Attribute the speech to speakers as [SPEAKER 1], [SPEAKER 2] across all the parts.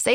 [SPEAKER 1] Say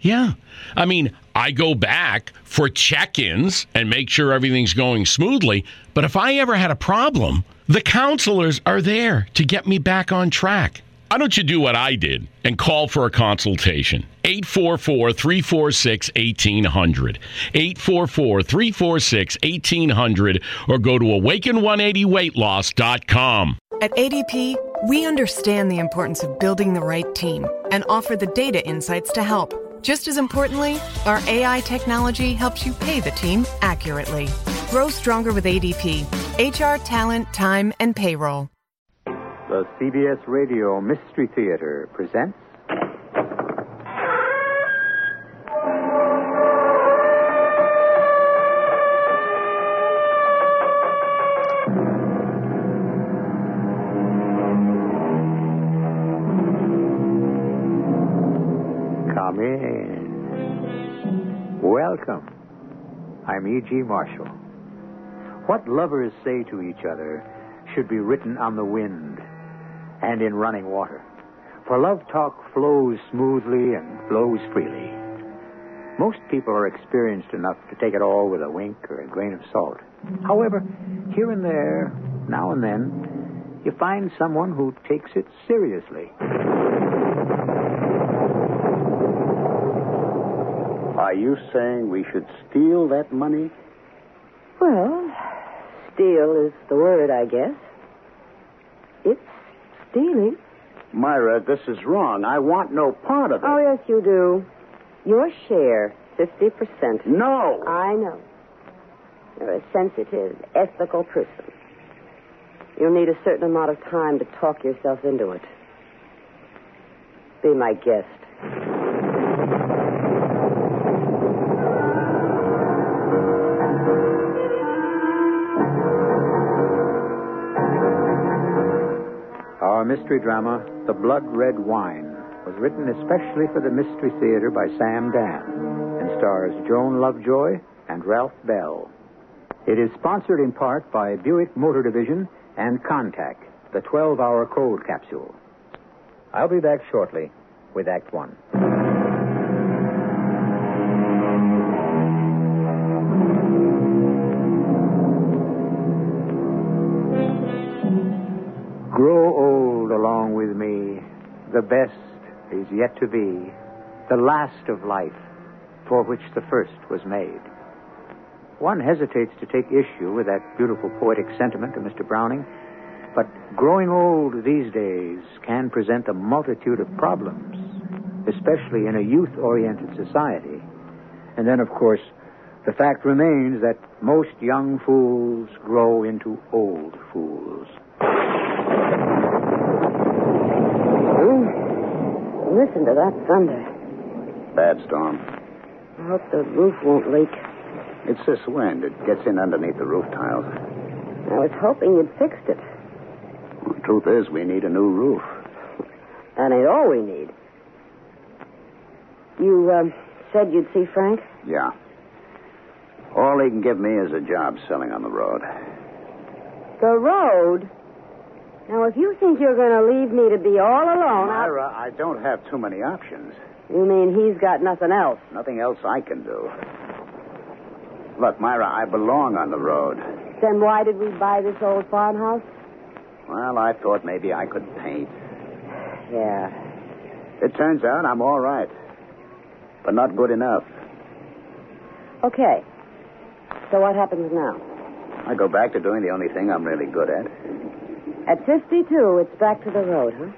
[SPEAKER 2] Yeah. I mean, I go back for check ins and make sure everything's going smoothly. But if I ever had a problem, the counselors are there to get me back on track. Why don't you do what I did and call for a consultation? 844 346 1800. 844 346 1800 or go to awaken180weightloss.com.
[SPEAKER 3] At ADP, we understand the importance of building the right team and offer the data insights to help. Just as importantly, our AI technology helps you pay the team accurately. Grow stronger with ADP HR, talent, time, and payroll.
[SPEAKER 4] The CBS Radio Mystery Theater presents. Come in. Welcome. I'm E.G. Marshall. What lovers say to each other should be written on the wind and in running water. For love talk flows smoothly and flows freely. Most people are experienced enough to take it all with a wink or a grain of salt. However, here and there, now and then, you find someone who takes it seriously.
[SPEAKER 5] Are you saying we should steal that money?
[SPEAKER 6] Well, steal is the word, I guess. It's stealing.
[SPEAKER 5] Myra, this is wrong. I want no part of it.
[SPEAKER 6] Oh, yes, you do. Your share, 50%.
[SPEAKER 5] No!
[SPEAKER 6] I know. You're a sensitive, ethical person. You'll need a certain amount of time to talk yourself into it. Be my guest.
[SPEAKER 4] Our mystery drama, The Blood Red Wine, was written especially for the Mystery Theater by Sam Dan and stars Joan Lovejoy and Ralph Bell. It is sponsored in part by Buick Motor Division and Contact, the 12 hour cold capsule. I'll be back shortly with Act One. Grow old along with me. The best is yet to be, the last of life for which the first was made. One hesitates to take issue with that beautiful poetic sentiment of Mr. Browning, but growing old these days can present a multitude of problems, especially in a youth oriented society. And then, of course, the fact remains that most young fools grow into old fools.
[SPEAKER 6] Hmm? Listen to that thunder.
[SPEAKER 5] Bad storm.
[SPEAKER 6] I hope the roof won't leak.
[SPEAKER 5] It's this wind. It gets in underneath the roof tiles.
[SPEAKER 6] I was hoping you'd fixed it.
[SPEAKER 5] Well, the truth is, we need a new roof.
[SPEAKER 6] That ain't all we need. You um, said you'd see Frank?
[SPEAKER 5] Yeah. All he can give me is a job selling on the road.
[SPEAKER 6] The road? Now, if you think you're going to leave me to be all alone, I...
[SPEAKER 5] Myra, I don't have too many options.
[SPEAKER 6] You mean he's got nothing else?
[SPEAKER 5] Nothing else I can do. Look, Myra, I belong on the road.
[SPEAKER 6] Then why did we buy this old farmhouse?
[SPEAKER 5] Well, I thought maybe I could paint.
[SPEAKER 6] Yeah.
[SPEAKER 5] It turns out I'm all right, but not good enough.
[SPEAKER 6] Okay. So what happens now?
[SPEAKER 5] I go back to doing the only thing I'm really good at.
[SPEAKER 6] At 52, it's back to the road, huh?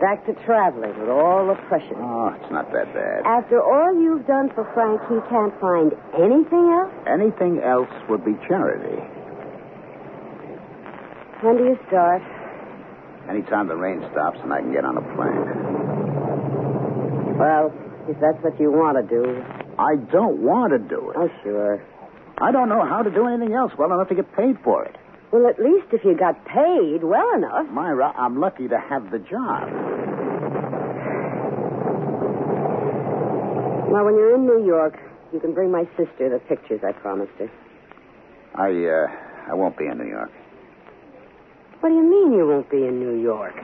[SPEAKER 6] Back to traveling with all the pressure.
[SPEAKER 5] Oh, it's not that bad.
[SPEAKER 6] After all you've done for Frank, he can't find anything else?
[SPEAKER 5] Anything else would be charity.
[SPEAKER 6] When do you start?
[SPEAKER 5] Anytime the rain stops and I can get on a plane.
[SPEAKER 6] Well, if that's what you want to do.
[SPEAKER 5] I don't want to do
[SPEAKER 6] Oh,
[SPEAKER 5] it.
[SPEAKER 6] sure.
[SPEAKER 5] I don't know how to do anything else well enough to get paid for it.
[SPEAKER 6] Well, at least if you got paid well enough.
[SPEAKER 5] Myra, I'm lucky to have the job.
[SPEAKER 6] Well, when you're in New York, you can bring my sister the pictures I promised her.
[SPEAKER 5] I, uh, I won't be in New York.
[SPEAKER 6] What do you mean you won't be in New York?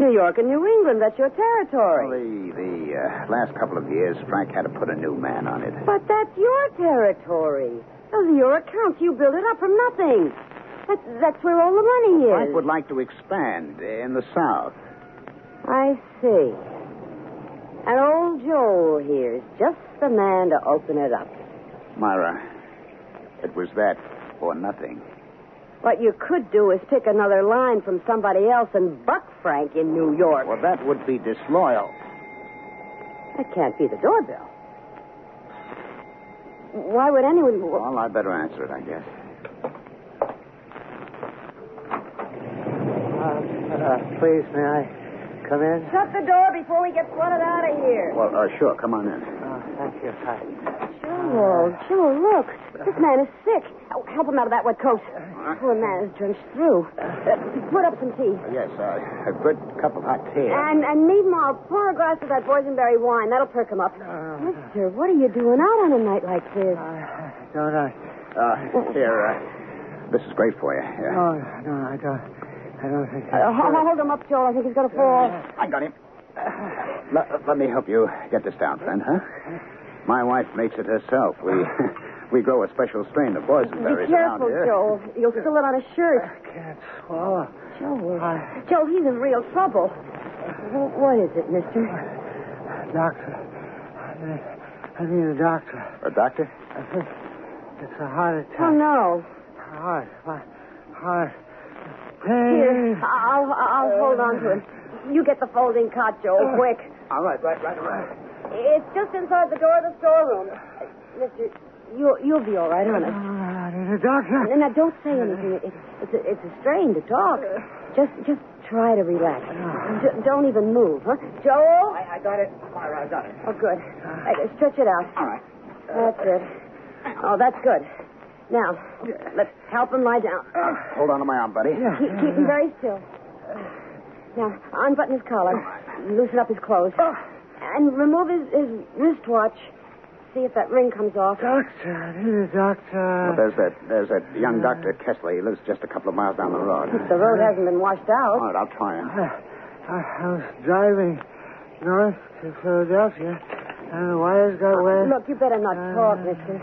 [SPEAKER 6] New York and New England, that's your
[SPEAKER 5] Well,
[SPEAKER 6] territory.
[SPEAKER 5] the the uh, last couple of years, Frank had to put a new man on it.
[SPEAKER 6] But that's your territory. Those are your accounts. You build it up from nothing. That, that's where all the money is.
[SPEAKER 5] Frank would like to expand in the South.
[SPEAKER 6] I see. And old Joel here is just the man to open it up.
[SPEAKER 5] Myra, it was that or nothing.
[SPEAKER 6] What you could do is pick another line from somebody else and buck Frank in New York.
[SPEAKER 5] Well, that would be disloyal.
[SPEAKER 6] That can't be the doorbell. Why would anyone.
[SPEAKER 5] Well, I better answer it, I guess.
[SPEAKER 6] Uh,
[SPEAKER 7] please, may I come in?
[SPEAKER 6] Shut the door before we get flooded out of here.
[SPEAKER 5] Well, uh, sure, come on in.
[SPEAKER 6] Uh,
[SPEAKER 7] Oh, thank you. Hi.
[SPEAKER 6] Joel, Joel, Oh, look. This man is sick. Oh, help him out of that wet coat. Poor man is drenched through. Uh, put up some tea.
[SPEAKER 5] Yes, uh, a good cup of hot tea.
[SPEAKER 6] And, and meanwhile, pour a glass of that boysenberry wine. That'll perk him up. Mister, what are you doing out on a night like this?
[SPEAKER 7] Uh-huh. I don't I?
[SPEAKER 5] Uh, here, uh, this is great for you. Here.
[SPEAKER 7] No, Oh, no, I don't. I don't think. I,
[SPEAKER 6] Uh, ho- hold him up, Joel. I think he's going to fall.
[SPEAKER 5] I got him. Let, let me help you get this down, friend, huh? My wife makes it herself. We we grow a special strain of boysenberries
[SPEAKER 6] Be
[SPEAKER 5] around
[SPEAKER 6] careful,
[SPEAKER 5] here.
[SPEAKER 6] Joel. You'll spill it on his shirt.
[SPEAKER 7] can't swallow.
[SPEAKER 6] Joel.
[SPEAKER 7] I,
[SPEAKER 6] Joel, he's in real trouble. Wh- What is it, mister?
[SPEAKER 7] Uh, doctor. I need, I need a doctor.
[SPEAKER 5] A doctor?
[SPEAKER 7] I think it's a heart attack.
[SPEAKER 6] Oh, no.
[SPEAKER 7] Heart, my heart.
[SPEAKER 6] Here,
[SPEAKER 7] Pain.
[SPEAKER 6] I'll, I'll I'll hold on to him. You get the folding cot,
[SPEAKER 7] Uh.
[SPEAKER 6] Joel, quick.
[SPEAKER 5] All right, right, right, right.
[SPEAKER 6] It's just inside the door of the storeroom. Uh, Mister, you, you'll be all right, honest.
[SPEAKER 7] I need a doctor.
[SPEAKER 6] No, no, don't say anything. It, it's, a, it's a strain to talk. Just just try to relax. J- don't even move, huh? Joel?
[SPEAKER 5] I, I got it, Myra, I got it.
[SPEAKER 6] Oh, good. Uh, stretch it out.
[SPEAKER 5] All right.
[SPEAKER 6] That's it. Oh, that's good. Now, let's help him lie down.
[SPEAKER 5] Uh, hold on to my arm, buddy.
[SPEAKER 6] Keep, keep him very still. Now, unbutton his collar. Loosen up his clothes.
[SPEAKER 5] Oh.
[SPEAKER 6] And remove his, his wristwatch. See if that ring comes off.
[SPEAKER 7] Doctor, I need a doctor.
[SPEAKER 5] Well, there's that there's that young Dr. Kessler. He lives just a couple of miles down the road.
[SPEAKER 6] The road hasn't been washed
[SPEAKER 5] All
[SPEAKER 6] out.
[SPEAKER 5] right, I'll try him.
[SPEAKER 7] I, Uh, I was driving north to Philadelphia, and the wires got wet.
[SPEAKER 6] uh, Look, you better not
[SPEAKER 7] Uh,
[SPEAKER 6] talk, mister.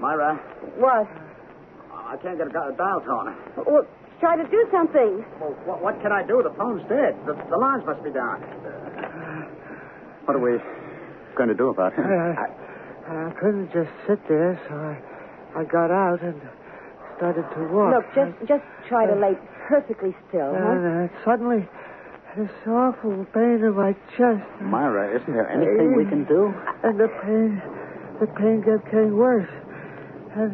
[SPEAKER 5] Myra,
[SPEAKER 6] What?
[SPEAKER 5] I can't get a dial tone.
[SPEAKER 6] Well, try to do something.
[SPEAKER 5] Well, what, what can I do? The phone's dead. The, the lines must be down. What are we going to do about him?
[SPEAKER 7] I,
[SPEAKER 6] Uh,
[SPEAKER 7] I couldn't just sit there, so I, I got out and started to walk.
[SPEAKER 6] Look, just just try to lay perfectly still, huh?
[SPEAKER 7] And uh, suddenly, this awful pain in my chest,
[SPEAKER 5] Myra, isn't there anything we can do?
[SPEAKER 7] and the pain, the pain kept getting worse. And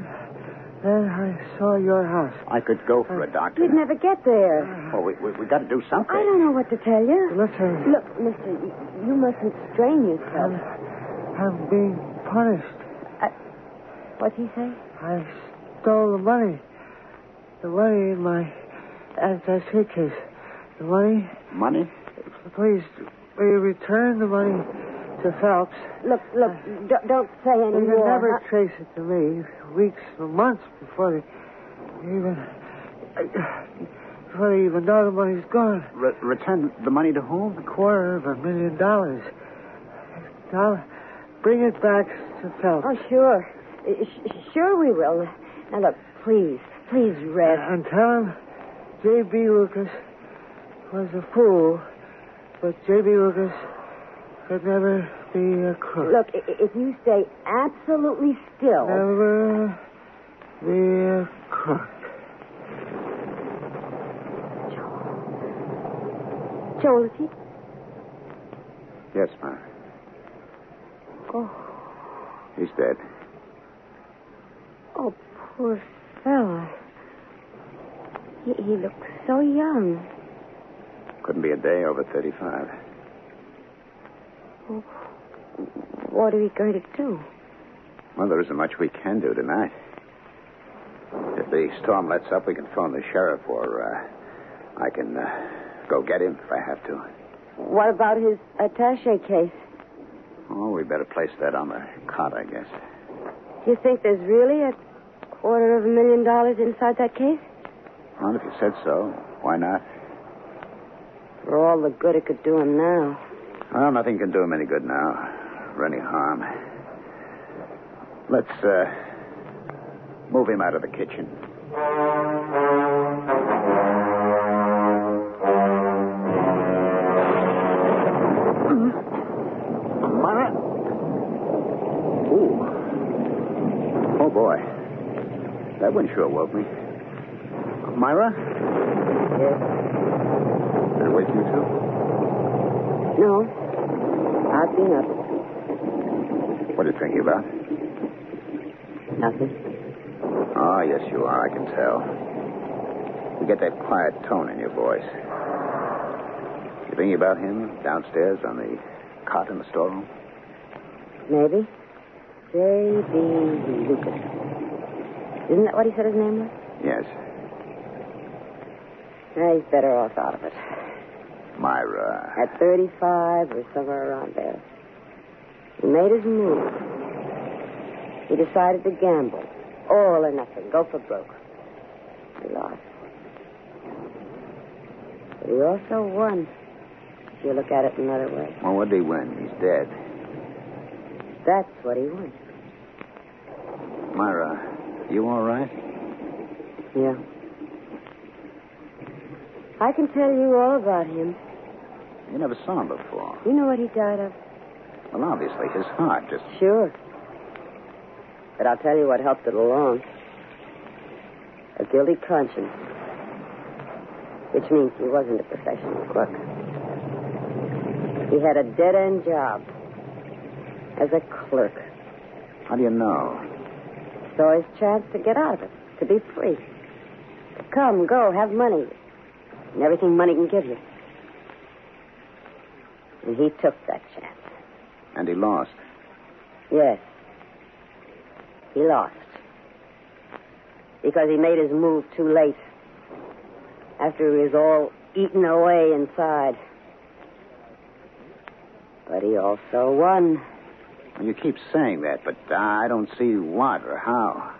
[SPEAKER 7] then I saw your house.
[SPEAKER 5] I could go for a doctor.
[SPEAKER 6] You'd uh, never get there.
[SPEAKER 5] Well, we, we, we got to do
[SPEAKER 6] I
[SPEAKER 5] something.
[SPEAKER 6] don't know what to tell you.
[SPEAKER 7] Listen,
[SPEAKER 6] Look, mister, you, you mustn't strain yourself.
[SPEAKER 7] I'm being punished.
[SPEAKER 6] What's he say?
[SPEAKER 7] I stole the money. The money in my anti suitcase. The money
[SPEAKER 5] Money?
[SPEAKER 7] Please, will you return the money to Phelps?
[SPEAKER 6] Look, look, d- don't say any
[SPEAKER 7] You can
[SPEAKER 6] more.
[SPEAKER 7] never
[SPEAKER 6] Not-
[SPEAKER 7] trace it to me. Weeks or months before they even before they even know the money's gone.
[SPEAKER 5] Re- return the money to whom?
[SPEAKER 7] A quarter of a million dollars. Now, bring it back to Phelps.
[SPEAKER 6] Oh, sure. Uh, sh- Sure we will. Now, look, please, please, Red.
[SPEAKER 7] And tell him J.B. Lucas was a fool, but J.B. Lucas could never be a crook.
[SPEAKER 6] Look, i- i- if you stay absolutely still.
[SPEAKER 7] Never be a crook.
[SPEAKER 6] Joel, if you
[SPEAKER 5] Yes, Ma.
[SPEAKER 6] Oh.
[SPEAKER 5] He's dead.
[SPEAKER 6] Oh, poor fellow. He, he looks so young.
[SPEAKER 5] Couldn't be a day over 35.
[SPEAKER 6] What are we going to do?
[SPEAKER 5] Well, there isn't much we can do tonight. If the storm lets up, we can phone the sheriff, or uh, I can uh, go get him if I have to.
[SPEAKER 6] What about his attache case?
[SPEAKER 5] Oh, we better place that on the cot, I guess.
[SPEAKER 6] Do you think there's really a quarter of a million dollars inside that case?
[SPEAKER 5] Well, if you said so, why not?
[SPEAKER 6] For all the good it could do him now.
[SPEAKER 5] Well, nothing can do him any good now, or any harm. Let's uh, move him out of the kitchen. Mara? Ooh. Oh, boy. That one sure woke me. Myra? Yes. Did it wake you, too?
[SPEAKER 6] No. I've been up.
[SPEAKER 5] What are you thinking about?
[SPEAKER 6] Nothing.
[SPEAKER 5] Oh, yes, you are. I can tell. You get that quiet tone in your voice. You thinking about him downstairs on the cot in the storeroom?
[SPEAKER 6] Maybe. J.B. Lucas. Isn't that what he said his name was?
[SPEAKER 5] Yes.
[SPEAKER 6] Yeah, he's better off out of it.
[SPEAKER 5] Myra.
[SPEAKER 6] At 35 or somewhere around there. He made his move. He decided to gamble. All or nothing. Go for broke. He lost. But he also won. If you look at it another way.
[SPEAKER 5] Well, what did he win? He's dead.
[SPEAKER 6] That's what he won.
[SPEAKER 5] Myra, you all right?
[SPEAKER 6] Yeah. I can tell you all about him.
[SPEAKER 5] You never saw him before.
[SPEAKER 6] You know what he died of?
[SPEAKER 5] Well, obviously, his heart just.
[SPEAKER 6] Sure. But I'll tell you what helped it along. A guilty conscience. Which means he wasn't a professional crook. He had a dead end job as a clerk.
[SPEAKER 5] How do you know?
[SPEAKER 6] Saw his chance to get out of it, to be free. To come, go, have money. And everything money can give you. And he took that chance.
[SPEAKER 5] And he lost.
[SPEAKER 6] Yes. He lost. Because he made his move too late. After he was all eaten away inside. But he also won.
[SPEAKER 5] Well, you keep saying that, but I don't see what or how.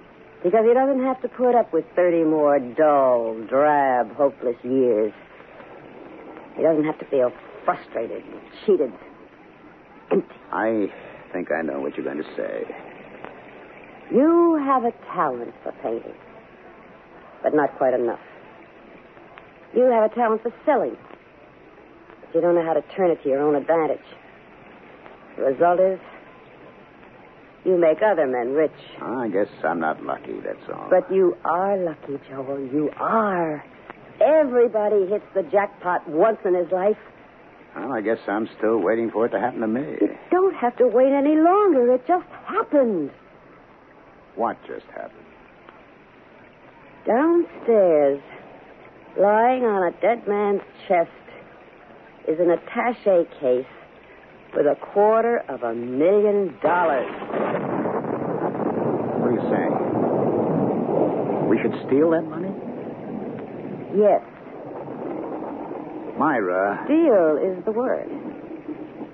[SPEAKER 6] Because he doesn't have to put up with 30 more dull, drab, hopeless years. He doesn't have to feel frustrated, cheated, empty.
[SPEAKER 5] I think I know what you're going to say.
[SPEAKER 6] You have a talent for painting, but not quite enough. You have a talent for selling, but you don't know how to turn it to your own advantage. The result is, you make other men rich.
[SPEAKER 5] I guess I'm not lucky, that's all.
[SPEAKER 6] But you are lucky, Joel. You are. Everybody hits the jackpot once in his life.
[SPEAKER 5] Well, I guess I'm still waiting for it to happen to me.
[SPEAKER 6] You don't have to wait any longer. It just happened.
[SPEAKER 5] What just happened?
[SPEAKER 6] Downstairs, lying on a dead man's chest, is an attache case with a quarter of a million dollars.
[SPEAKER 5] What are you saying? We should steal that money?
[SPEAKER 6] Yes,
[SPEAKER 5] Myra.
[SPEAKER 6] Deal is the word.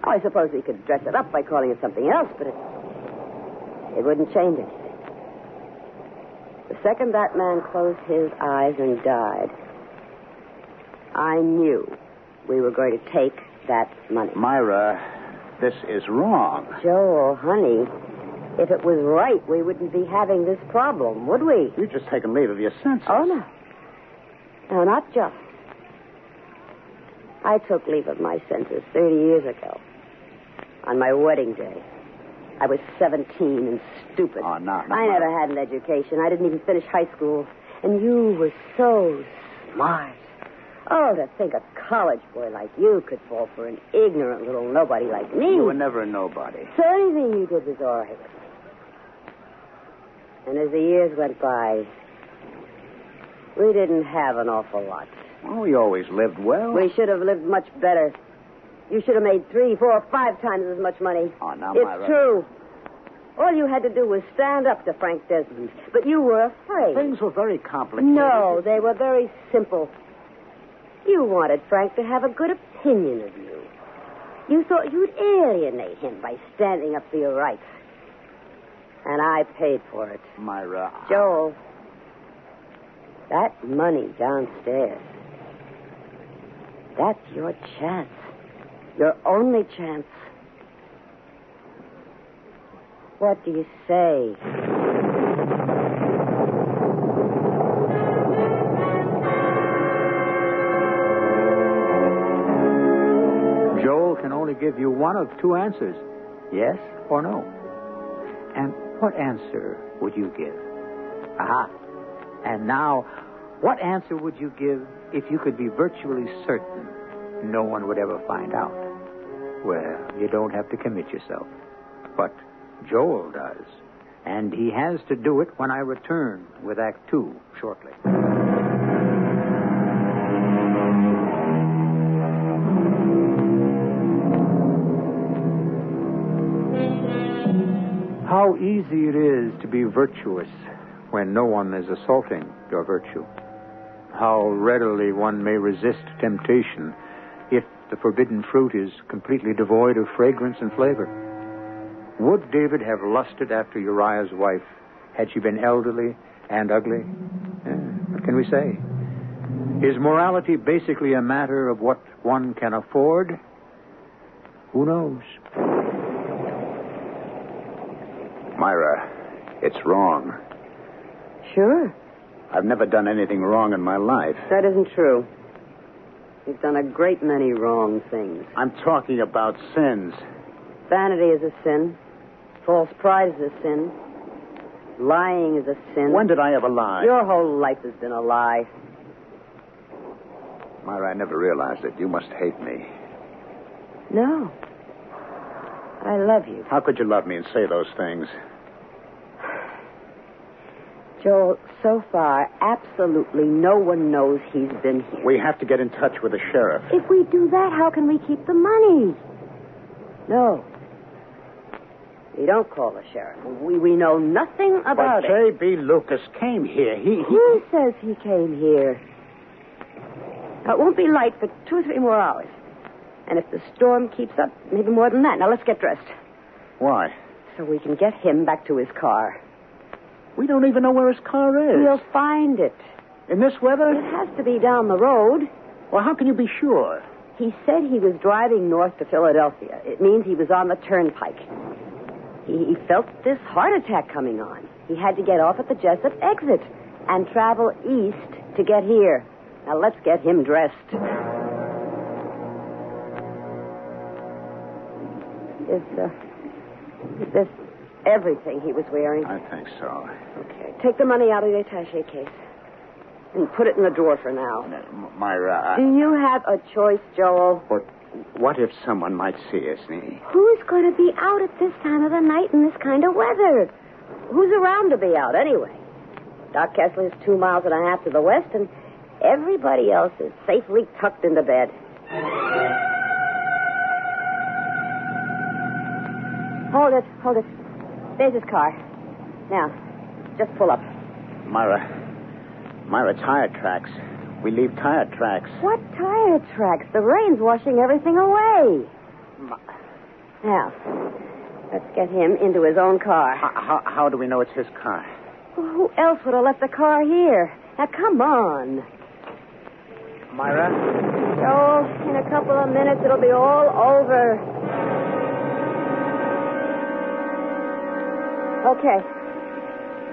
[SPEAKER 6] Oh, I suppose he could dress it up by calling it something else, but it, it wouldn't change anything. The second that man closed his eyes and died, I knew we were going to take that money.
[SPEAKER 5] Myra, this is wrong.
[SPEAKER 6] Joe, honey, if it was right, we wouldn't be having this problem, would we?
[SPEAKER 5] You've just taken leave of your senses.
[SPEAKER 6] Oh, no. No, not just. I took leave of my senses 30 years ago. On my wedding day. I was 17 and stupid.
[SPEAKER 5] Oh, no, no,
[SPEAKER 6] I
[SPEAKER 5] no.
[SPEAKER 6] never had an education. I didn't even finish high school. And you were so smart. Oh, to think a college boy like you could fall for an ignorant little nobody like me.
[SPEAKER 5] You were never a nobody.
[SPEAKER 6] So anything you did was all right. And as the years went by, we didn't have an awful lot.
[SPEAKER 5] Oh, you always lived well.
[SPEAKER 6] We should have lived much better. You should have made three, four, five times as much money.
[SPEAKER 5] Oh, now,
[SPEAKER 6] it's
[SPEAKER 5] Myra.
[SPEAKER 6] true. All you had to do was stand up to Frank Desmond, but you were afraid.
[SPEAKER 5] Things were very complicated.
[SPEAKER 6] No, they were very simple. You wanted Frank to have a good opinion of you. You thought you'd alienate him by standing up for your rights. And I paid for it.
[SPEAKER 5] Myra.
[SPEAKER 6] Joel, that money downstairs, that's your chance. Your only chance. What do you say?
[SPEAKER 4] Joel can only give you one of two answers yes or no. And what answer would you give? Aha. And now, what answer would you give if you could be virtually certain no one would ever find out? Well, you don't have to commit yourself. But Joel does. And he has to do it when I return with Act Two shortly. How easy it is to be virtuous when no one is assaulting your virtue. How readily one may resist temptation if the forbidden fruit is completely devoid of fragrance and flavor. Would David have lusted after Uriah's wife had she been elderly and ugly? Eh, what can we say? Is morality basically a matter of what one can afford? Who knows?
[SPEAKER 5] Myra, it's wrong.
[SPEAKER 6] Sure.
[SPEAKER 5] I've never done anything wrong in my life.
[SPEAKER 6] That isn't true. You've done a great many wrong things.
[SPEAKER 5] I'm talking about sins.
[SPEAKER 6] Vanity is a sin. False pride is a sin. Lying is a sin.
[SPEAKER 5] When did I ever lie?
[SPEAKER 6] Your whole life has been a lie.
[SPEAKER 5] Myra, I never realized it. You must hate me.
[SPEAKER 6] No. I love you.
[SPEAKER 5] How could you love me and say those things?
[SPEAKER 6] Joel, so far, absolutely no one knows he's been here.
[SPEAKER 5] We have to get in touch with the sheriff.
[SPEAKER 6] If we do that, how can we keep the money? No. We don't call the sheriff. We, we know nothing about
[SPEAKER 5] But
[SPEAKER 6] it.
[SPEAKER 5] J.B. Lucas came here. He, he...
[SPEAKER 6] He says he came here. Now, it won't be light for two or three more hours. And if the storm keeps up, maybe more than that. Now, let's get dressed
[SPEAKER 5] Why?
[SPEAKER 6] so we can get him back to his car.
[SPEAKER 5] We don't even know where his car is.
[SPEAKER 6] We'll find it.
[SPEAKER 5] In this
[SPEAKER 6] It
[SPEAKER 5] weather?
[SPEAKER 6] has to be down the road.
[SPEAKER 5] Well, how can you be sure?
[SPEAKER 6] He said he was driving north to Philadelphia. It means he was on the turnpike. He, he felt this heart attack coming on. He had to get off at the Jessup exit and travel east to get here. Now, let's get him dressed. Is, uh, is this everything he was wearing?
[SPEAKER 5] I think so.
[SPEAKER 6] Okay. Take the money out of the attache case and put it in the drawer for now.
[SPEAKER 5] M- Myra,
[SPEAKER 6] Do
[SPEAKER 5] I...
[SPEAKER 6] you have a choice, Joel?
[SPEAKER 5] What, what if someone might see us? Nene?
[SPEAKER 6] Who's going to be out at this time of the night in this kind of weather? Who's around to be out anyway? Doc Kessler is two miles and a half to the west, and everybody else is safely tucked into bed. Hold it, hold it. There's his car. Now, just pull up.
[SPEAKER 5] Myra. Myra, tire tracks. We leave tire tracks.
[SPEAKER 6] What tire tracks? The rain's washing everything away. Now, let's get him into his own car.
[SPEAKER 5] How, how, how do we know it's his car?
[SPEAKER 6] Who else would have left the car here? Now, come on.
[SPEAKER 5] Myra?
[SPEAKER 6] Joel, Oh, in a couple of minutes, it'll be all over. Okay.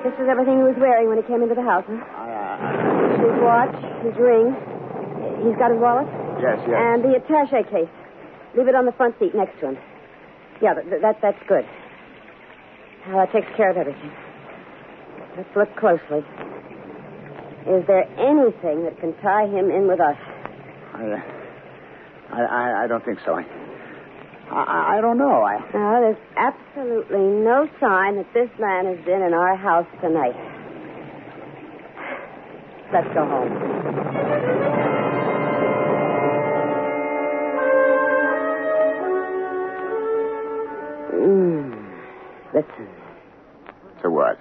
[SPEAKER 6] This was everything he was wearing when he came into the house, huh?
[SPEAKER 5] uh,
[SPEAKER 6] His watch, his ring. He's got his wallet?
[SPEAKER 5] Yes, yes.
[SPEAKER 6] And the attache case. Leave it on the front seat next to him. Yeah, that, that, that's good. Well, that takes care of everything. Let's look closely. Is there anything that can tie him in with us?
[SPEAKER 5] I, uh, I, I, I don't think so. I, I, I don't know. I,
[SPEAKER 6] No, there's absolutely no sign that this man has been in our house tonight. Let's go home.
[SPEAKER 5] Hmm.
[SPEAKER 6] Mm, listen,
[SPEAKER 5] To what?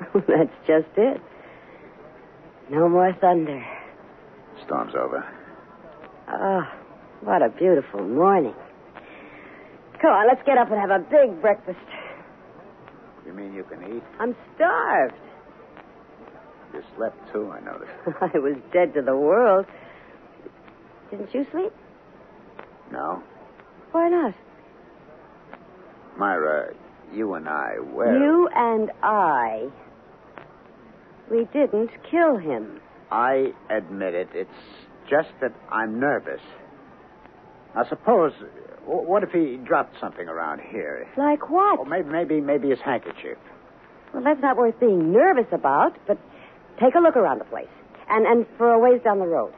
[SPEAKER 6] that's just it. No more thunder.
[SPEAKER 5] Storm's over.
[SPEAKER 6] Oh, what a beautiful morning. Come on, let's get up and have a big breakfast.
[SPEAKER 5] You mean you can eat?
[SPEAKER 6] I'm starved.
[SPEAKER 5] You slept too, I noticed.
[SPEAKER 6] I was dead to the world. Didn't you sleep?
[SPEAKER 5] No?
[SPEAKER 6] Why not?
[SPEAKER 5] Myra, you and I, well.
[SPEAKER 6] You and I. We didn't kill him.
[SPEAKER 5] I admit it. It's just that I'm nervous. Now, suppose. wh- What if he dropped something around here?
[SPEAKER 6] Like what?
[SPEAKER 5] Or maybe, maybe, maybe his handkerchief.
[SPEAKER 6] Well, that's not worth being nervous about, but take a look around the place. And, and for a ways down the road.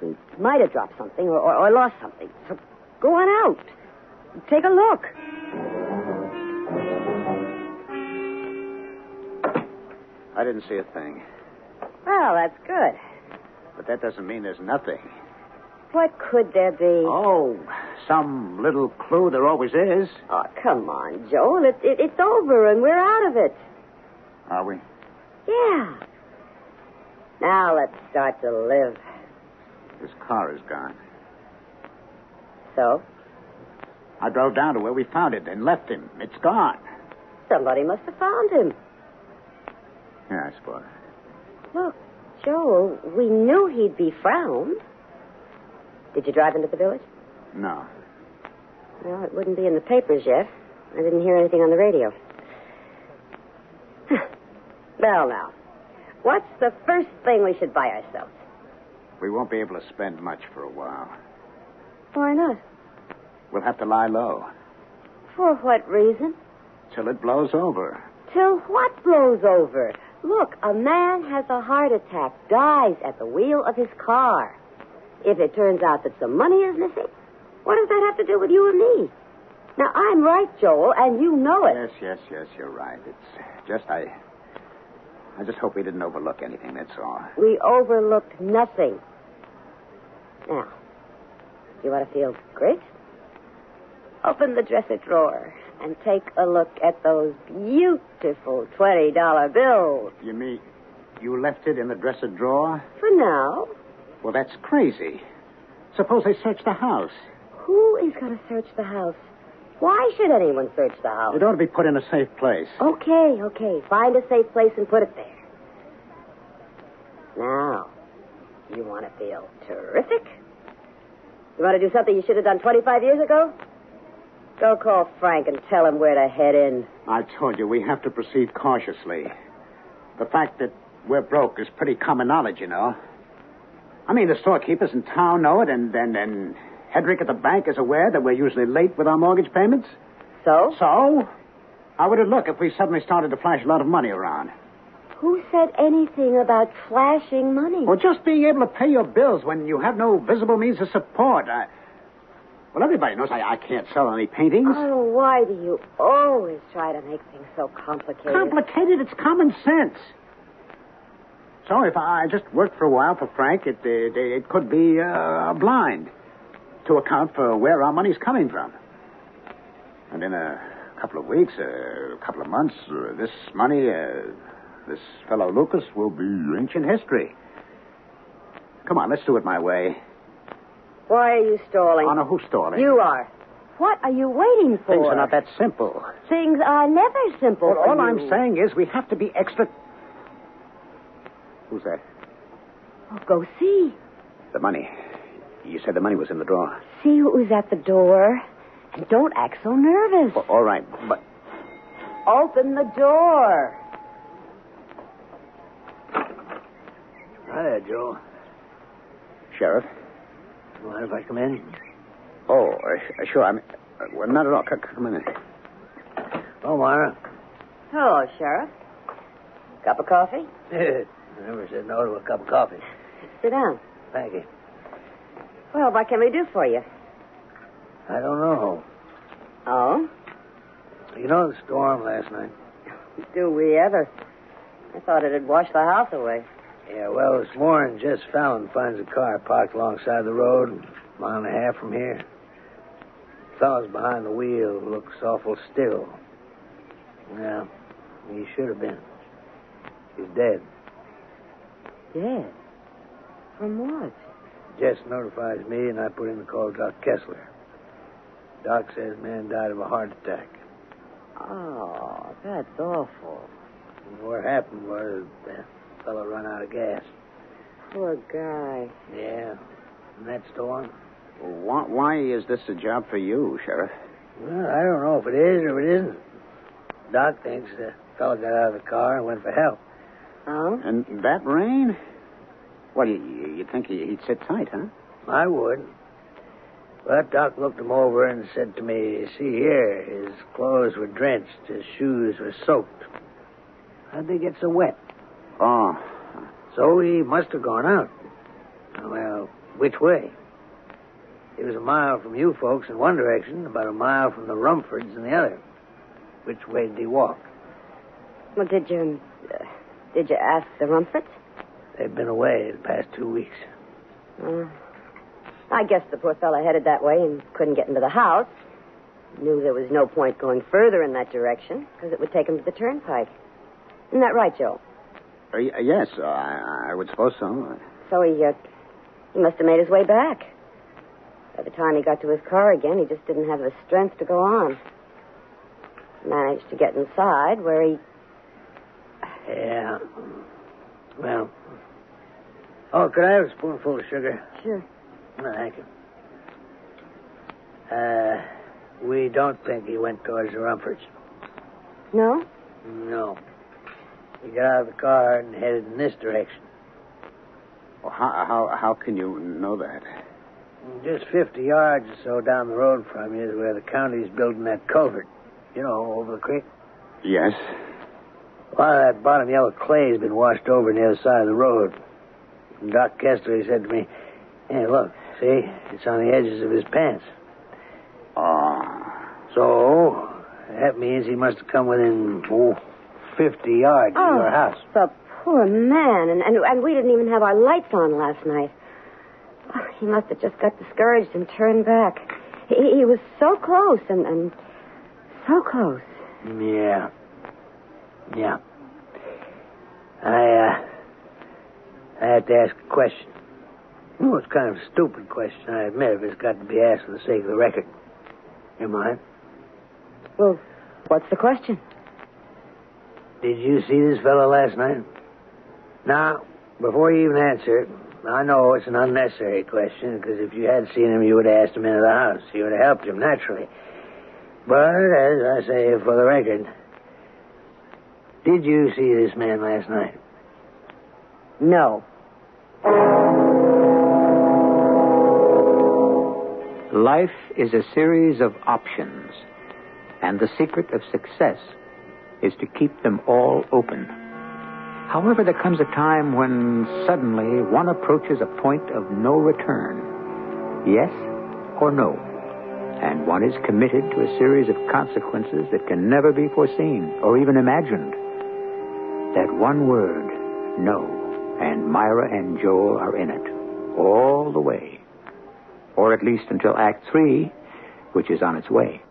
[SPEAKER 6] He might have dropped something or, or, or lost something. So go on out. Take a look.
[SPEAKER 5] I didn't see a thing.
[SPEAKER 6] Well, that's good.
[SPEAKER 5] But that doesn't mean there's nothing.
[SPEAKER 6] What could there be?
[SPEAKER 5] Oh, some little clue there always is.
[SPEAKER 6] Oh, come on, Joel. It, it, it's over and we're out of it.
[SPEAKER 5] Are we?
[SPEAKER 6] Yeah. Now let's start to live.
[SPEAKER 5] His car is gone.
[SPEAKER 6] So,
[SPEAKER 5] I drove down to where we found it and left him. It's gone.
[SPEAKER 6] somebody must have found him.
[SPEAKER 5] Yeah, I suppose.
[SPEAKER 6] Look, Joel, we knew he'd be found. Did you drive into the village?
[SPEAKER 5] No.
[SPEAKER 6] Well, it wouldn't be in the papers yet. I didn't hear anything on the radio. well, now, what's the first thing we should buy ourselves?
[SPEAKER 5] We won't be able to spend much for a while.
[SPEAKER 6] Why not?
[SPEAKER 5] We'll have to lie low
[SPEAKER 6] For what reason?
[SPEAKER 5] till it blows over.
[SPEAKER 6] Till what blows over? Look, a man has a heart attack, dies at the wheel of his car. If it turns out that some money is missing, what does that have to do with you and me? Now, I'm right, Joel, and you know it.
[SPEAKER 5] Yes, yes, yes, you're right. It's just I. I just hope we didn't overlook anything, that's all.
[SPEAKER 6] We overlooked nothing. Now, you want to feel great? Open the dresser drawer and take a look at those beautiful $20 bills.
[SPEAKER 5] You mean you left it in the dresser drawer?
[SPEAKER 6] For now,
[SPEAKER 5] Well, that's crazy. Suppose they search the house.
[SPEAKER 6] Who is going to search the house? Why should anyone search the house?
[SPEAKER 5] It ought to be put in a safe place.
[SPEAKER 6] Okay, okay. Find a safe place and put it there. Now, you want to feel terrific? You want to do something you should have done 25 years ago? Go call Frank and tell him where to head in.
[SPEAKER 5] I told you we have to proceed cautiously. The fact that we're broke is pretty common knowledge, you know. I mean, the storekeepers in town know it, and and, and Hedrick at the bank is aware that we're usually late with our mortgage payments.
[SPEAKER 6] So?
[SPEAKER 5] So, how would it look if we suddenly started to flash a lot of money around?
[SPEAKER 6] Who said anything about flashing money?
[SPEAKER 5] Or just being able to pay your bills when you have no visible means of support. I... Well, everybody knows I, I can't sell any paintings.
[SPEAKER 6] Oh, why do you always try to make things so complicated?
[SPEAKER 5] Complicated, it's common sense. So if I just worked for a while for Frank, it it, it could be uh, a blind to account for where our money's coming from. And in a couple of weeks, uh, a couple of months, uh, this money, uh, this fellow Lucas will be ancient history. Come on, let's do it my way.
[SPEAKER 6] Why are you stalling?
[SPEAKER 5] Honor, who's stalling?
[SPEAKER 6] You are. What are you waiting for?
[SPEAKER 5] Things are not that simple.
[SPEAKER 6] Things are never simple.
[SPEAKER 5] But
[SPEAKER 6] for
[SPEAKER 5] all I'm
[SPEAKER 6] you.
[SPEAKER 5] saying is we have to be extra. Who's that?
[SPEAKER 6] Oh, go see.
[SPEAKER 5] The money. You said the money was in the drawer.
[SPEAKER 6] See who's at the door. And don't act so nervous.
[SPEAKER 5] Well, all right, but
[SPEAKER 6] Open the door.
[SPEAKER 8] Hi, Joe.
[SPEAKER 5] sheriff.
[SPEAKER 8] Mind if I come in?
[SPEAKER 5] Oh, uh, sh- uh, sure. I'm. Uh, well, not at all. C- c- Come in.
[SPEAKER 8] Oh, Myra.
[SPEAKER 6] Hello, Sheriff. Cup of coffee?
[SPEAKER 8] I never said no to a cup of coffee.
[SPEAKER 6] Sit down.
[SPEAKER 8] Thank you.
[SPEAKER 6] Well, what can we do for you?
[SPEAKER 8] I don't know.
[SPEAKER 6] Oh?
[SPEAKER 8] You know the storm last night?
[SPEAKER 6] Do we ever? I thought it'd wash the house away.
[SPEAKER 8] Yeah, well, this morning, Jess Fallon finds a car parked alongside the road, a mile and a half from here. Fellow's behind the wheel looks awful still. Well, he should have been. He's dead.
[SPEAKER 6] Dead? From what?
[SPEAKER 8] Jess notifies me, and I put in the call to Doc Kessler. Doc says man died of a heart attack.
[SPEAKER 6] Oh, that's awful.
[SPEAKER 8] What happened was the fellow run out of gas.
[SPEAKER 6] Poor guy.
[SPEAKER 8] Yeah. And that storm?
[SPEAKER 5] Why, why is this a job for you, sheriff?
[SPEAKER 8] Well, I don't know if it is or it isn't. Doc thinks the fellow got out of the car and went for help.
[SPEAKER 6] Oh?
[SPEAKER 5] And that rain? Well, you, you- you'd think he- he'd sit tight, huh? Uh,
[SPEAKER 8] I would. But Doc looked him over and said to me, See here, his clothes were drenched, his shoes were soaked. How'd they get so wet?
[SPEAKER 5] Oh,
[SPEAKER 8] So he must have gone out. Well, which way? It was a mile from you folks in one direction, about a mile from the Rumfords in the other. Which way did he walk?
[SPEAKER 6] Well, did you. Uh, did you ask the Rumfords?
[SPEAKER 8] They've been away the past two weeks.
[SPEAKER 6] Uh, I guess the poor fellow headed that way and couldn't get into the house. Knew there was no point going further in that direction because it would take him to the turnpike. Isn't that right, Joe?
[SPEAKER 5] uh, y- yes, I, I would suppose so.
[SPEAKER 6] So he, uh, he must have made his way back. By the time he got to his car again, he just didn't have the strength to go on. Managed to get inside where he.
[SPEAKER 8] Yeah. Well. Oh, could I have a spoonful of sugar?
[SPEAKER 6] Sure.
[SPEAKER 8] No, thank you. Uh, we don't think he went towards the Rumfords.
[SPEAKER 6] No?
[SPEAKER 8] No. He got out of the car and headed in this direction.
[SPEAKER 5] Well, how, how, how can you know that?
[SPEAKER 8] Just 50 yards or so down the road from you is where the county's building that culvert. You know, over the creek.
[SPEAKER 5] Yes.
[SPEAKER 8] A lot of that bottom yellow clay's been washed over on the other side of the road. And Doc Kester, he said to me, Hey, look, see? It's on the edges of his pants.
[SPEAKER 5] Oh,
[SPEAKER 8] So, that means he must have come within, oh, 50 yards of your house.
[SPEAKER 6] Oh, The poor man. And, and, and we didn't even have our lights on last night. Oh, he must have just got discouraged and turned back. He, he was so close and, and so close.
[SPEAKER 8] Yeah. Yeah. I, uh, I had to ask a question. Well, it's kind of a stupid question, I admit, if it's got to be asked for the sake of the record. You mind?
[SPEAKER 6] Well, what's the question?
[SPEAKER 8] Did you see this fellow last night? Now, before you even answer it, I know it's an unnecessary question, because if you had seen him, you would have asked him into the house. You would have helped him, naturally. But, as I say, for the record, did you see this man last night?
[SPEAKER 6] No.
[SPEAKER 4] Life is a series of options, and the secret of success is to keep them all open. However, there comes a time when suddenly one approaches a point of no return yes or no, and one is committed to a series of consequences that can never be foreseen or even imagined. That one word, no, and Myra and Joel are in it all the way or at least until Act Three, which is on its way.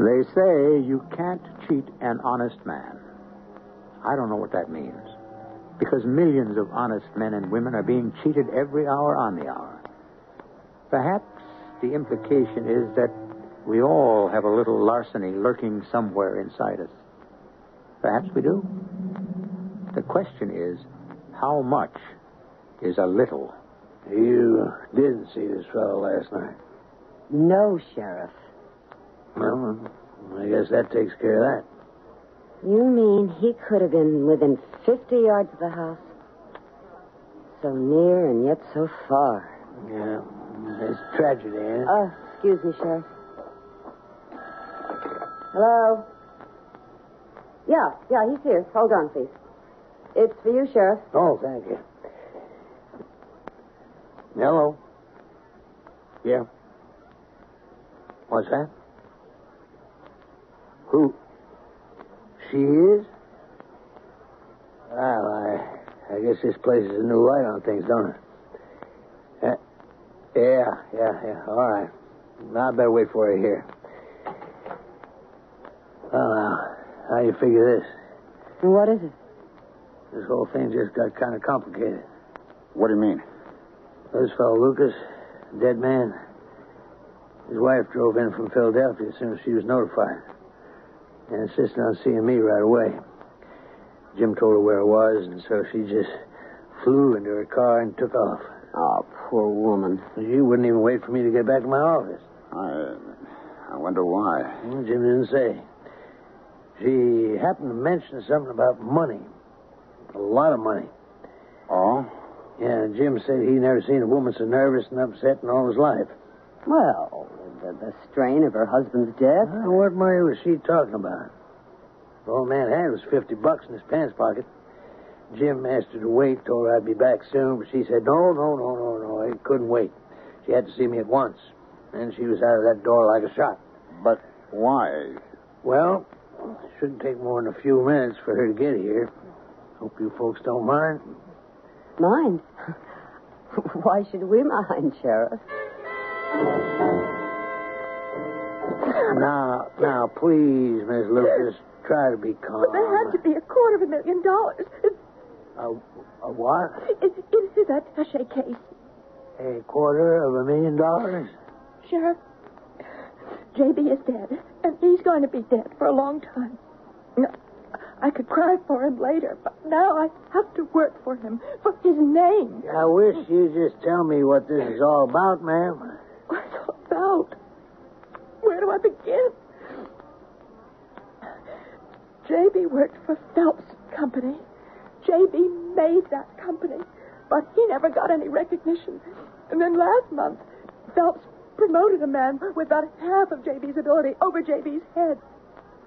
[SPEAKER 4] They say you can't cheat an honest man. I don't know what that means. Because millions of honest men and women are being cheated every hour on the hour. Perhaps the implication is that we all have a little larceny lurking somewhere inside us. Perhaps we do. The question is, how much is a little?
[SPEAKER 8] You didn't see this fellow last night.
[SPEAKER 9] No, Sheriff.
[SPEAKER 8] Well, I guess that takes care of that.
[SPEAKER 9] You mean he could have been within 50 yards of the house? So near and yet so far.
[SPEAKER 8] Yeah. It's tragedy, eh?
[SPEAKER 9] Oh, excuse me, Sheriff. Hello? Yeah, yeah, he's here. Hold on, please. It's for you, Sheriff.
[SPEAKER 8] Oh, thank you. Hello. Yeah. What's that? Who? She is? Well, I, I guess this places a new light on things, don't it? Uh, yeah, yeah, yeah. All right. I better wait for her here. Well, now, how you figure this?
[SPEAKER 9] What is it?
[SPEAKER 8] This whole thing just got kind of complicated.
[SPEAKER 5] What do you mean?
[SPEAKER 8] This fellow Lucas, dead man. His wife drove in from Philadelphia as soon as she was notified, and insisted on seeing me right away. Jim told her where I was, and so she just flew into her car and took off.
[SPEAKER 5] Ah,
[SPEAKER 9] Oh, poor woman.
[SPEAKER 8] You wouldn't even wait for me to get back to my office.
[SPEAKER 5] I, I wonder why.
[SPEAKER 8] Well, Jim didn't say. She happened to mention something about money. A lot of money.
[SPEAKER 5] Oh?
[SPEAKER 8] Yeah, Jim said he never seen a woman so nervous and upset in all his life.
[SPEAKER 9] Well, the, the strain of her husband's death.
[SPEAKER 8] Well, what money was she talking about? The old man had was 50 bucks in his pants pocket. Jim asked her to wait, told her I'd be back soon, but she said, no, no, no, no, no, I couldn't wait. She had to see me at once. And she was out of that door like a shot.
[SPEAKER 5] But why?
[SPEAKER 8] Well, it shouldn't take more than a few minutes for her to get here. Hope you folks don't mind.
[SPEAKER 9] Mind? Why should we mind, Sheriff?
[SPEAKER 8] Now, now, please, Miss Lucas, try to be calm.
[SPEAKER 10] But there had to be a quarter of a million dollars.
[SPEAKER 8] A, a what?
[SPEAKER 10] It's in that attache case.
[SPEAKER 8] A quarter of a million dollars?
[SPEAKER 10] Sheriff, JB is dead, and he's going to be dead for a long time. No, I could cry for him later, but now I have to work for him, for his name.
[SPEAKER 8] I wish you'd just tell me what this is all about, ma'am.
[SPEAKER 10] What's it all about? Where do I begin? JB worked for Phelps Company. JB made that company, but he never got any recognition. And then last month, Phelps promoted a man with about half of JB's ability over JB's head.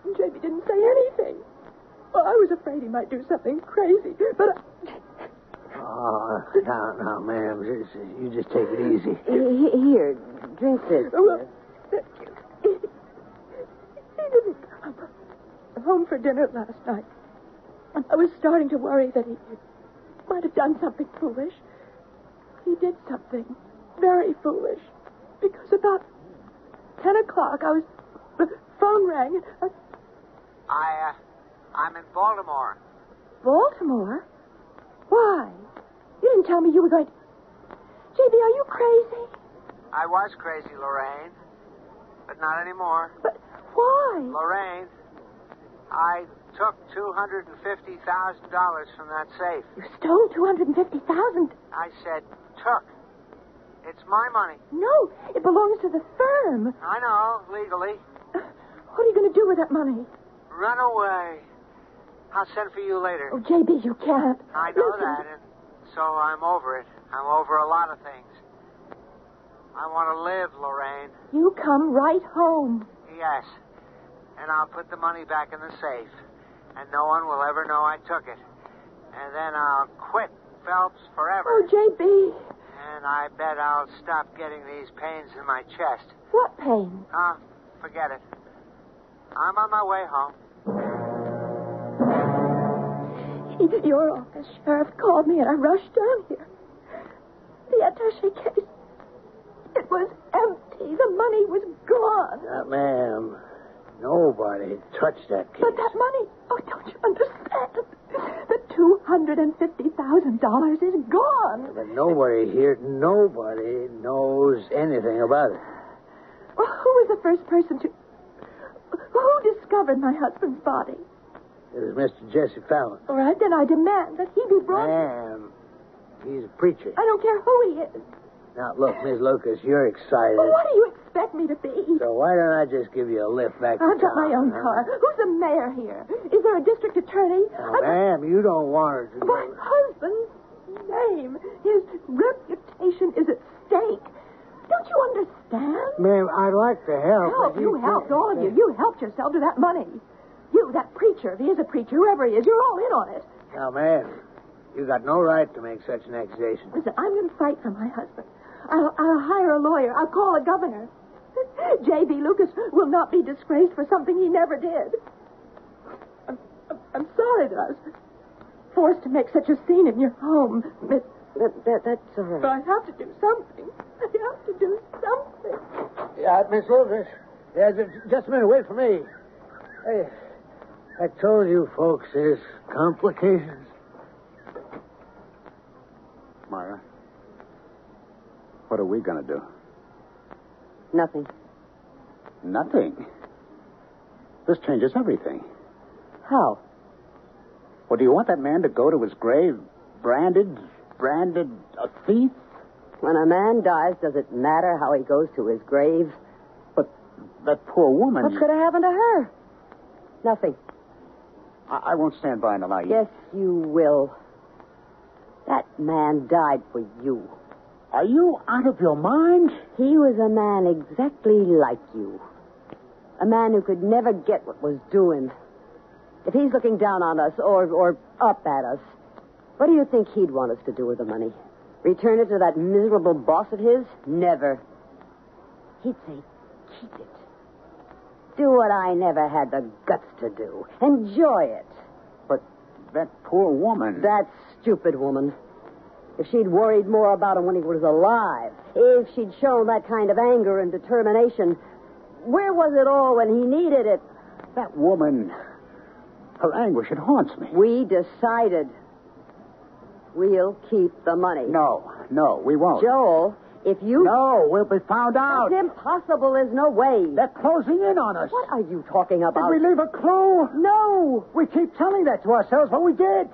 [SPEAKER 10] And JB didn't say anything. Well, I was afraid he might do something crazy, but I...
[SPEAKER 8] Oh, now, now, ma'am, just- you just take it easy.
[SPEAKER 9] He- he- Here, drink this.
[SPEAKER 10] Oh, Well, thank you. He, he didn't come home for dinner last night. And I was starting to worry that he might have done something foolish. He did something very foolish. Because about 10 o'clock, I was. The phone rang. Uh,
[SPEAKER 4] I, uh, I'm in Baltimore.
[SPEAKER 10] Baltimore? Why? You didn't tell me you were going. JB, are you crazy?
[SPEAKER 4] I was crazy, Lorraine. But not anymore.
[SPEAKER 10] But why?
[SPEAKER 4] Lorraine, I took $250,000 from that safe.
[SPEAKER 10] You stole 250000
[SPEAKER 4] I said, took. It's my money.
[SPEAKER 10] No, Oh, it belongs to the firm.
[SPEAKER 4] I know, legally.
[SPEAKER 10] What are you going to do with that money?
[SPEAKER 4] Run away. I'll send for you later.
[SPEAKER 10] Oh, JB, you can't.
[SPEAKER 4] I know
[SPEAKER 10] Listen,
[SPEAKER 4] that, and so I'm over it. I'm over a lot of things. I want to live, Lorraine.
[SPEAKER 10] You come right home.
[SPEAKER 4] Yes. And I'll put the money back in the safe. And no one will ever know I took it. And then I'll quit Phelps
[SPEAKER 10] Oh,
[SPEAKER 4] forever.
[SPEAKER 10] JB,
[SPEAKER 4] And I bet I'll stop getting these pains in my chest.
[SPEAKER 10] what pain?
[SPEAKER 4] Ah, forget it. I'm on my way home.
[SPEAKER 10] Your office sheriff called me, and I rushed down here. The attaché case. It was empty. The money was gone.
[SPEAKER 8] Now, ma'am, Nobody touched that kid.
[SPEAKER 10] But that money, oh, don't you understand? The two hundred and fifty thousand dollars is gone.
[SPEAKER 8] But nobody here, nobody knows anything about it.
[SPEAKER 10] Well, Oh, who was the first person to? Who discovered my husband's body?
[SPEAKER 8] It was Mr. Jesse Fallon.
[SPEAKER 10] All right, then I demand that he be brought.
[SPEAKER 8] Ma'am, he's a preacher.
[SPEAKER 10] I don't care who he is.
[SPEAKER 8] Now, look, Miss Lucas, you're excited.
[SPEAKER 10] Well, what do you expect me to be?
[SPEAKER 8] So why don't I just give you a lift back to
[SPEAKER 10] I've got
[SPEAKER 8] town,
[SPEAKER 10] my own
[SPEAKER 8] huh?
[SPEAKER 10] car. Who's the mayor here? Is there a district attorney?
[SPEAKER 8] Now,
[SPEAKER 10] I've-
[SPEAKER 8] ma'am, you don't want her to.
[SPEAKER 10] My husband's name, his reputation is at stake. Don't you understand?
[SPEAKER 8] Ma'am, I'd like to help.
[SPEAKER 10] Help,
[SPEAKER 8] but
[SPEAKER 10] you helped, all of you. You helped yourself to that money. You, that preacher, if he is a preacher, whoever he is, you're all in on it.
[SPEAKER 8] Now, ma'am, you got no right to make such an accusation.
[SPEAKER 10] Listen, I'm going to fight for my husband. I'll, I'll hire a lawyer. I'll call a governor. J.B. Lucas will not be disgraced for something he never did. I'm, I'm- I'm sorry that I was forced to make such a scene in your home, but,
[SPEAKER 6] That, that, that's all right.
[SPEAKER 10] but I have to do something. I have to do something.
[SPEAKER 8] Yeah, Miss Lucas. Yeah, ju- just a minute. Wait for me. Hey, I told you folks there's complications.
[SPEAKER 5] Myra, what are we going to do?
[SPEAKER 6] Nothing.
[SPEAKER 5] Nothing. This changes everything.
[SPEAKER 6] How?
[SPEAKER 5] Well, do you want that man to go to his grave branded, Uh, branded a thief?
[SPEAKER 6] When a man dies, does it matter how he goes to his grave?
[SPEAKER 5] But that poor woman.
[SPEAKER 6] What could have happened to her? Nothing.
[SPEAKER 5] I, I won't stand by and allow you.
[SPEAKER 6] Yes, you will. That man died for you.
[SPEAKER 5] Are you out of your mind?
[SPEAKER 6] He was a man exactly like you. A man who could never get what was due him. If he's looking down on us or, or up at us, what do you think he'd want us to do with the money? Return it to that miserable boss of his? Never. He'd say, keep it. Do what I never had the guts to do. Enjoy it.
[SPEAKER 5] But that poor woman.
[SPEAKER 6] That stupid woman. If she'd worried more about him when he was alive, if she'd shown that kind of anger and determination, where was it all when he needed it?
[SPEAKER 5] That woman. Her anguish, it haunts me.
[SPEAKER 6] We decided we'll keep the money.
[SPEAKER 5] No, no, we won't.
[SPEAKER 6] Joel, if you.
[SPEAKER 5] No, we'll be found out.
[SPEAKER 6] It's impossible. There's no way.
[SPEAKER 5] They're closing in on us.
[SPEAKER 6] What are you talking
[SPEAKER 5] Did
[SPEAKER 6] about?
[SPEAKER 5] we leave a clue?
[SPEAKER 6] No.
[SPEAKER 5] We keep telling that to ourselves, but we did.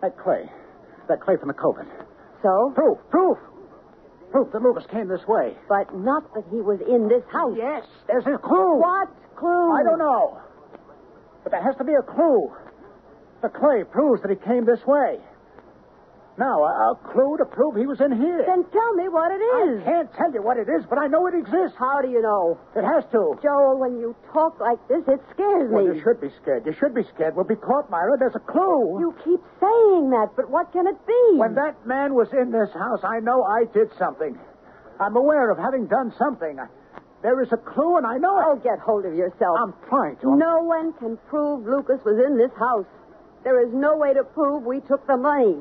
[SPEAKER 5] That clay. That clay from the covert.
[SPEAKER 6] So?
[SPEAKER 5] Proof, proof. Proof that Lucas came this way.
[SPEAKER 6] But not that he was in this house.
[SPEAKER 5] Yes, there's a clue.
[SPEAKER 6] What clue?
[SPEAKER 5] I don't know. But there has to be a clue. The clay proves that he came this way. Now, a, a clue to prove he was in here.
[SPEAKER 6] Then tell me what it is.
[SPEAKER 5] I can't tell you what it is, but I know it exists.
[SPEAKER 6] How do you know?
[SPEAKER 5] It has to.
[SPEAKER 6] Joel, when you talk like this, it scares
[SPEAKER 5] Well,
[SPEAKER 6] me.
[SPEAKER 5] you should be scared. You should be scared. We'll be caught, Myra. There's a clue.
[SPEAKER 6] You keep saying that, but what can it be?
[SPEAKER 5] When that man was in this house, I know I did something. I'm aware of having done something. There is a clue, and I know
[SPEAKER 6] Oh,
[SPEAKER 5] it.
[SPEAKER 6] get hold of yourself.
[SPEAKER 5] I'm trying to. I'm-
[SPEAKER 6] no one can prove Lucas was in this house. There is no way to prove we took the money.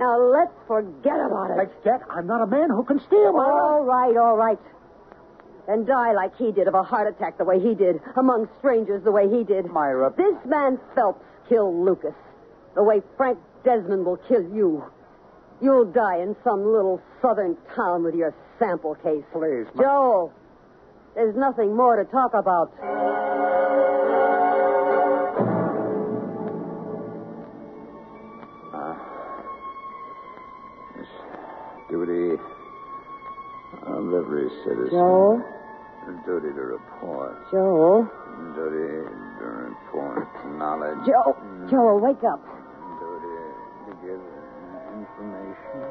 [SPEAKER 6] Now let's forget about it.
[SPEAKER 5] Like that, I'm not a man who can steal, Myra.
[SPEAKER 6] All right, all right. And die like he did of a heart attack the way he did, among strangers the way he did.
[SPEAKER 5] Myra.
[SPEAKER 6] This man Phelps killed Lucas the way Frank Desmond will kill you. You'll die in some little southern town with your sample case.
[SPEAKER 5] Please, Ma-
[SPEAKER 6] Joel, there's nothing more to talk about.
[SPEAKER 11] Ah. Duty of every citizen.
[SPEAKER 6] Joel,
[SPEAKER 11] Duty to report.
[SPEAKER 6] Joel,
[SPEAKER 11] Duty to report knowledge.
[SPEAKER 6] Joel, Joel, wake up.
[SPEAKER 11] Duty to give information.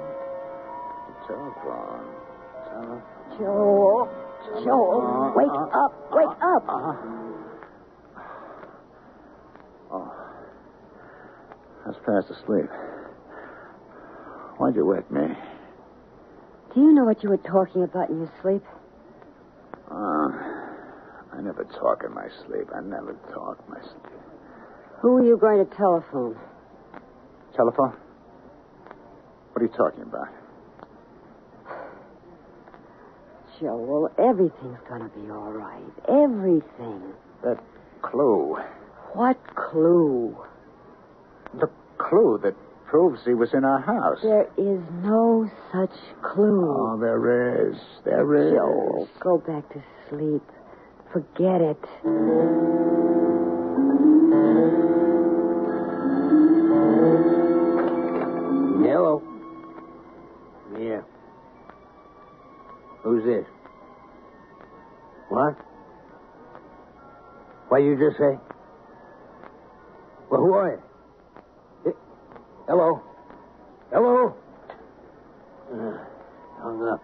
[SPEAKER 11] Telephone. Telephone.
[SPEAKER 6] Joel, Joel, wake
[SPEAKER 5] Uh-huh.
[SPEAKER 6] up, wake up.
[SPEAKER 11] Oh. I was fast asleep. Why'd you wake me?
[SPEAKER 6] Do you know what you were talking about in your sleep?
[SPEAKER 11] Uh, I never talk in my sleep. I never talk in my sleep.
[SPEAKER 6] Who were you going to telephone?
[SPEAKER 11] Telephone? What are you talking about?
[SPEAKER 6] Joel. Everything's gonna be all right. Everything.
[SPEAKER 5] That clue.
[SPEAKER 6] What clue?
[SPEAKER 5] The clue that proves he was in our house.
[SPEAKER 6] There is no such clue.
[SPEAKER 5] Oh, there is. There is.
[SPEAKER 6] Joel, go back to sleep. Forget it.
[SPEAKER 8] Hello. Yeah. Who's this? What? What you just say? Well, who are you? Eh, Hello. Hello. Uh, hung up.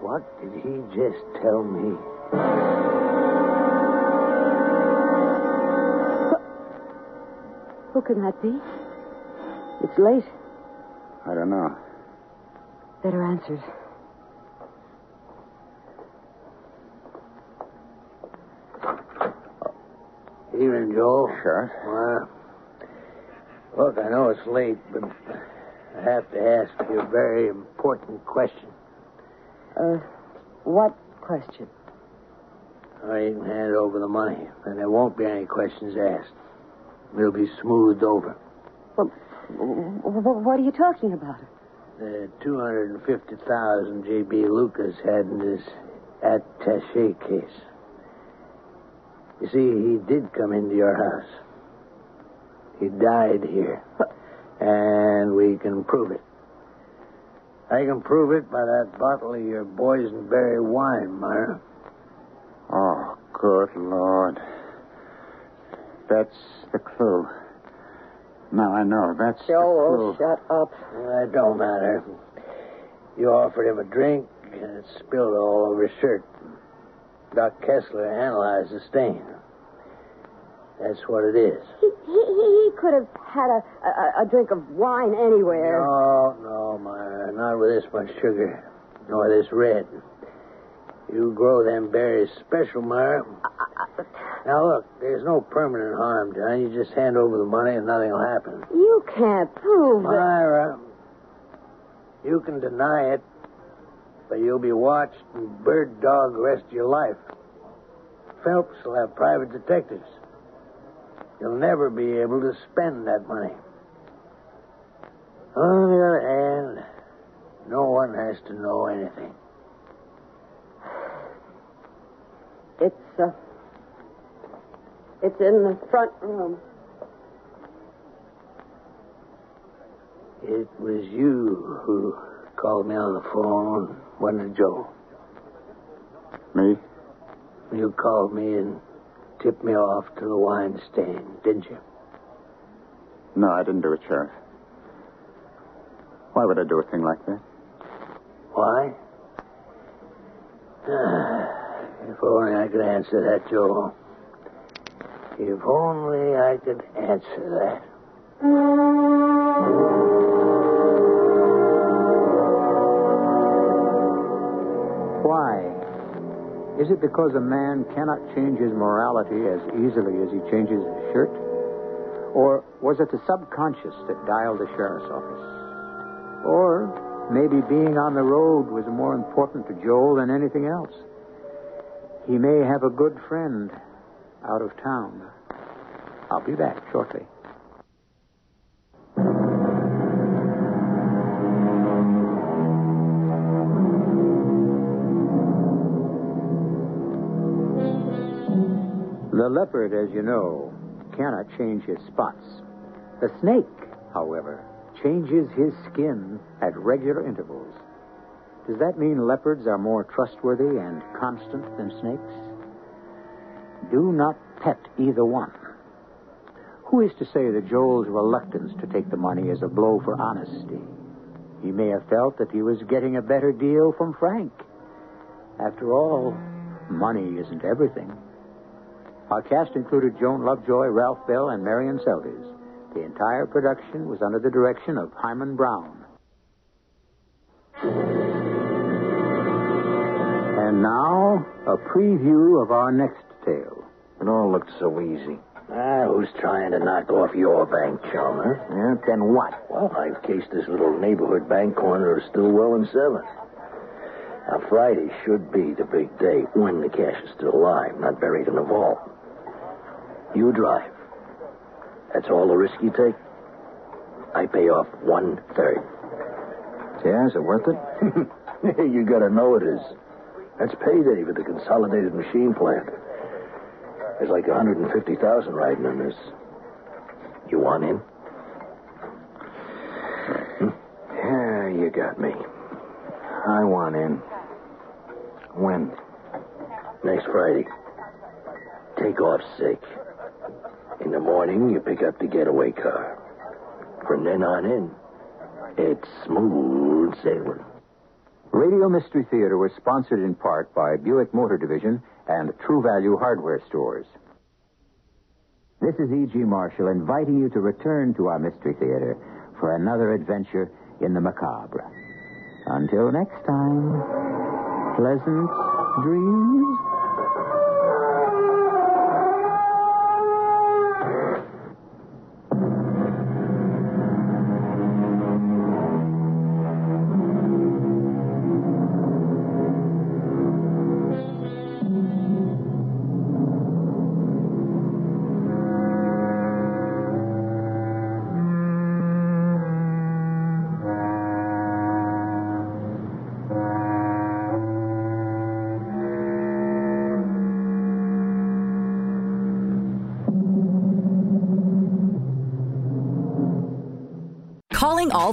[SPEAKER 8] What did he just tell me?
[SPEAKER 6] Who can that be? It's late.
[SPEAKER 5] I don't know.
[SPEAKER 6] Better answers.
[SPEAKER 8] Evening, Joel.
[SPEAKER 5] Sure.
[SPEAKER 8] Well, look, I know it's late, but I have to ask you a very important question.
[SPEAKER 6] Uh, what question?
[SPEAKER 8] I you can hand over the money, and there won't be any questions asked. It'll be smoothed over.
[SPEAKER 6] Well, w- w- what are you talking about?
[SPEAKER 8] The 250000 J.B. Lucas had in his attache case. You see, he did come into your house. He died here. And we can prove it. I can prove it by that bottle of your boysenberry wine, Myra.
[SPEAKER 5] Oh, good Lord. That's the clue. Now I know. That's
[SPEAKER 6] Joel,
[SPEAKER 5] the clue.
[SPEAKER 6] Oh, shut up.
[SPEAKER 8] Well, It don't matter. You offered him a drink, and it spilled all over his shirt. Doc Kessler analyzed the stain. That's what it is.
[SPEAKER 6] He, he, he could have had a, a, a drink of wine anywhere.
[SPEAKER 8] No, no, Myra, not with this much sugar, nor this red. You grow them berries special, Myra. Now look, there's no permanent harm done. You just hand over the money, and nothing'll happen.
[SPEAKER 6] You can't prove it.
[SPEAKER 8] Myra, you can deny it, but you'll be watched and bird dog the rest of your life. Phelps will have private detectives. You'll never be able to spend that money. On the other hand, no one has to know anything.
[SPEAKER 6] It's, uh, it's in the front room.
[SPEAKER 8] It was you who called me on the phone, wasn't it, Joe?
[SPEAKER 5] Me?
[SPEAKER 8] You called me and tipped me off to the wine stand, didn't you?
[SPEAKER 5] No, I didn't do it, Sheriff. Why would I do a thing like that?
[SPEAKER 8] Why? if only I could answer that, Joel. If only I could answer
[SPEAKER 4] Why? Is it because a man cannot change his morality as easily as he changes his shirt? Or was it the subconscious that dialed the sheriff's office? Or maybe being on the road was more important to Joel than anything else. He may have a good friend out of town. I'll be back shortly. The leopard, as you know, cannot change his spots. The snake, however, changes his skin at regular intervals. Does that mean leopards are more trustworthy and constant than snakes? Do not pet either one. Who is to say that Joel's reluctance to take the money is a blow for honesty? He may have felt that he was getting a better deal from Frank. After all, money isn't everything. Our cast included Joan Lovejoy, Ralph Bell, and Marion Seldes. The entire production was under the direction of Hyman Brown. And now, a preview of our next tale.
[SPEAKER 5] It all looked so easy.
[SPEAKER 8] that. Ah, who's trying to knock off your bank, Chalmer?
[SPEAKER 5] Yeah, then what?
[SPEAKER 8] Well, I've cased this little neighborhood bank corner of Stillwell and Seventh. Now, Friday should be the big day when the cash is still alive, not buried in a vault. You drive. That's all the risk you take. I pay off one third.
[SPEAKER 12] Yeah, is it worth it?
[SPEAKER 8] you gotta know it is. That's payday for the consolidated machine plant. There's like 150,000 riding on this. You want in?
[SPEAKER 12] yeah, you got me. I want in. When?
[SPEAKER 8] Next Friday. Take off sick. In the morning, you pick up the getaway car. From then on in, it's smooth sailing.
[SPEAKER 4] Radio Mystery Theater was sponsored in part by Buick Motor Division and True Value Hardware Stores. This is E.G. E Marshall inviting you to return to our Mystery Theater for another adventure in the macabre. Until next time, pleasant dreams.
[SPEAKER 13] Calling all